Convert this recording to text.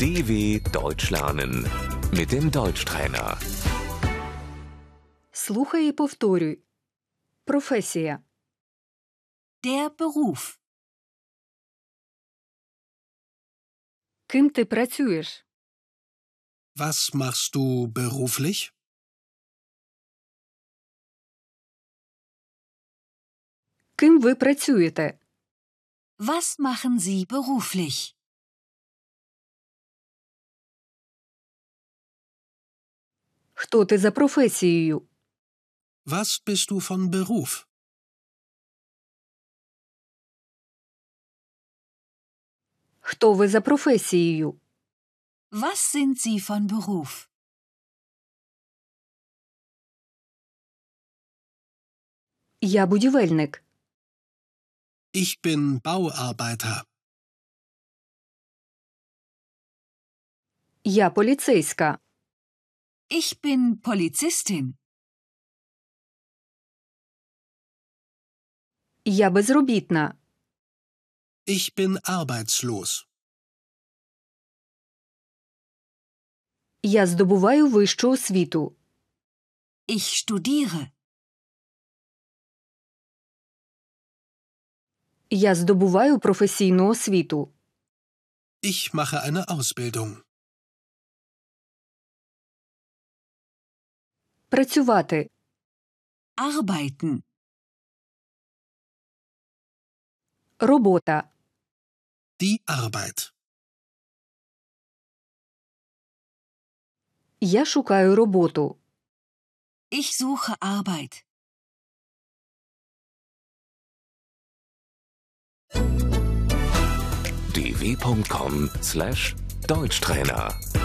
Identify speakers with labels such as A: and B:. A: DW Deutsch lernen mit dem Deutschtrainer.
B: Слухай і повторюй. Професія.
C: Der Beruf.
B: Ким ти працюєш?
D: Was machst du beruflich?
B: Ким ви працюєте?
C: Was machen Sie beruflich?
B: Хто ти за професією?
D: Was bist du von Beruf?
B: Хто ви за професією?
C: Was sind Sie von Beruf?
B: Я будівельник.
D: Ich bin Bauarbeiter.
B: Я поліцейська.
C: Ich bin Polizistin.
B: Я безробітна.
D: Ich bin arbeitslos.
B: Я здобуваю вищу освіту.
C: Ich studiere.
B: Я здобуваю професійну освіту.
D: Ich mache eine Ausbildung.
B: Працювати.
C: Arbeiten.
B: Робота.
D: Die Arbeit.
B: Я шукаю роботу.
C: Ich suche Arbeit.
A: dw.com/deutschtrainer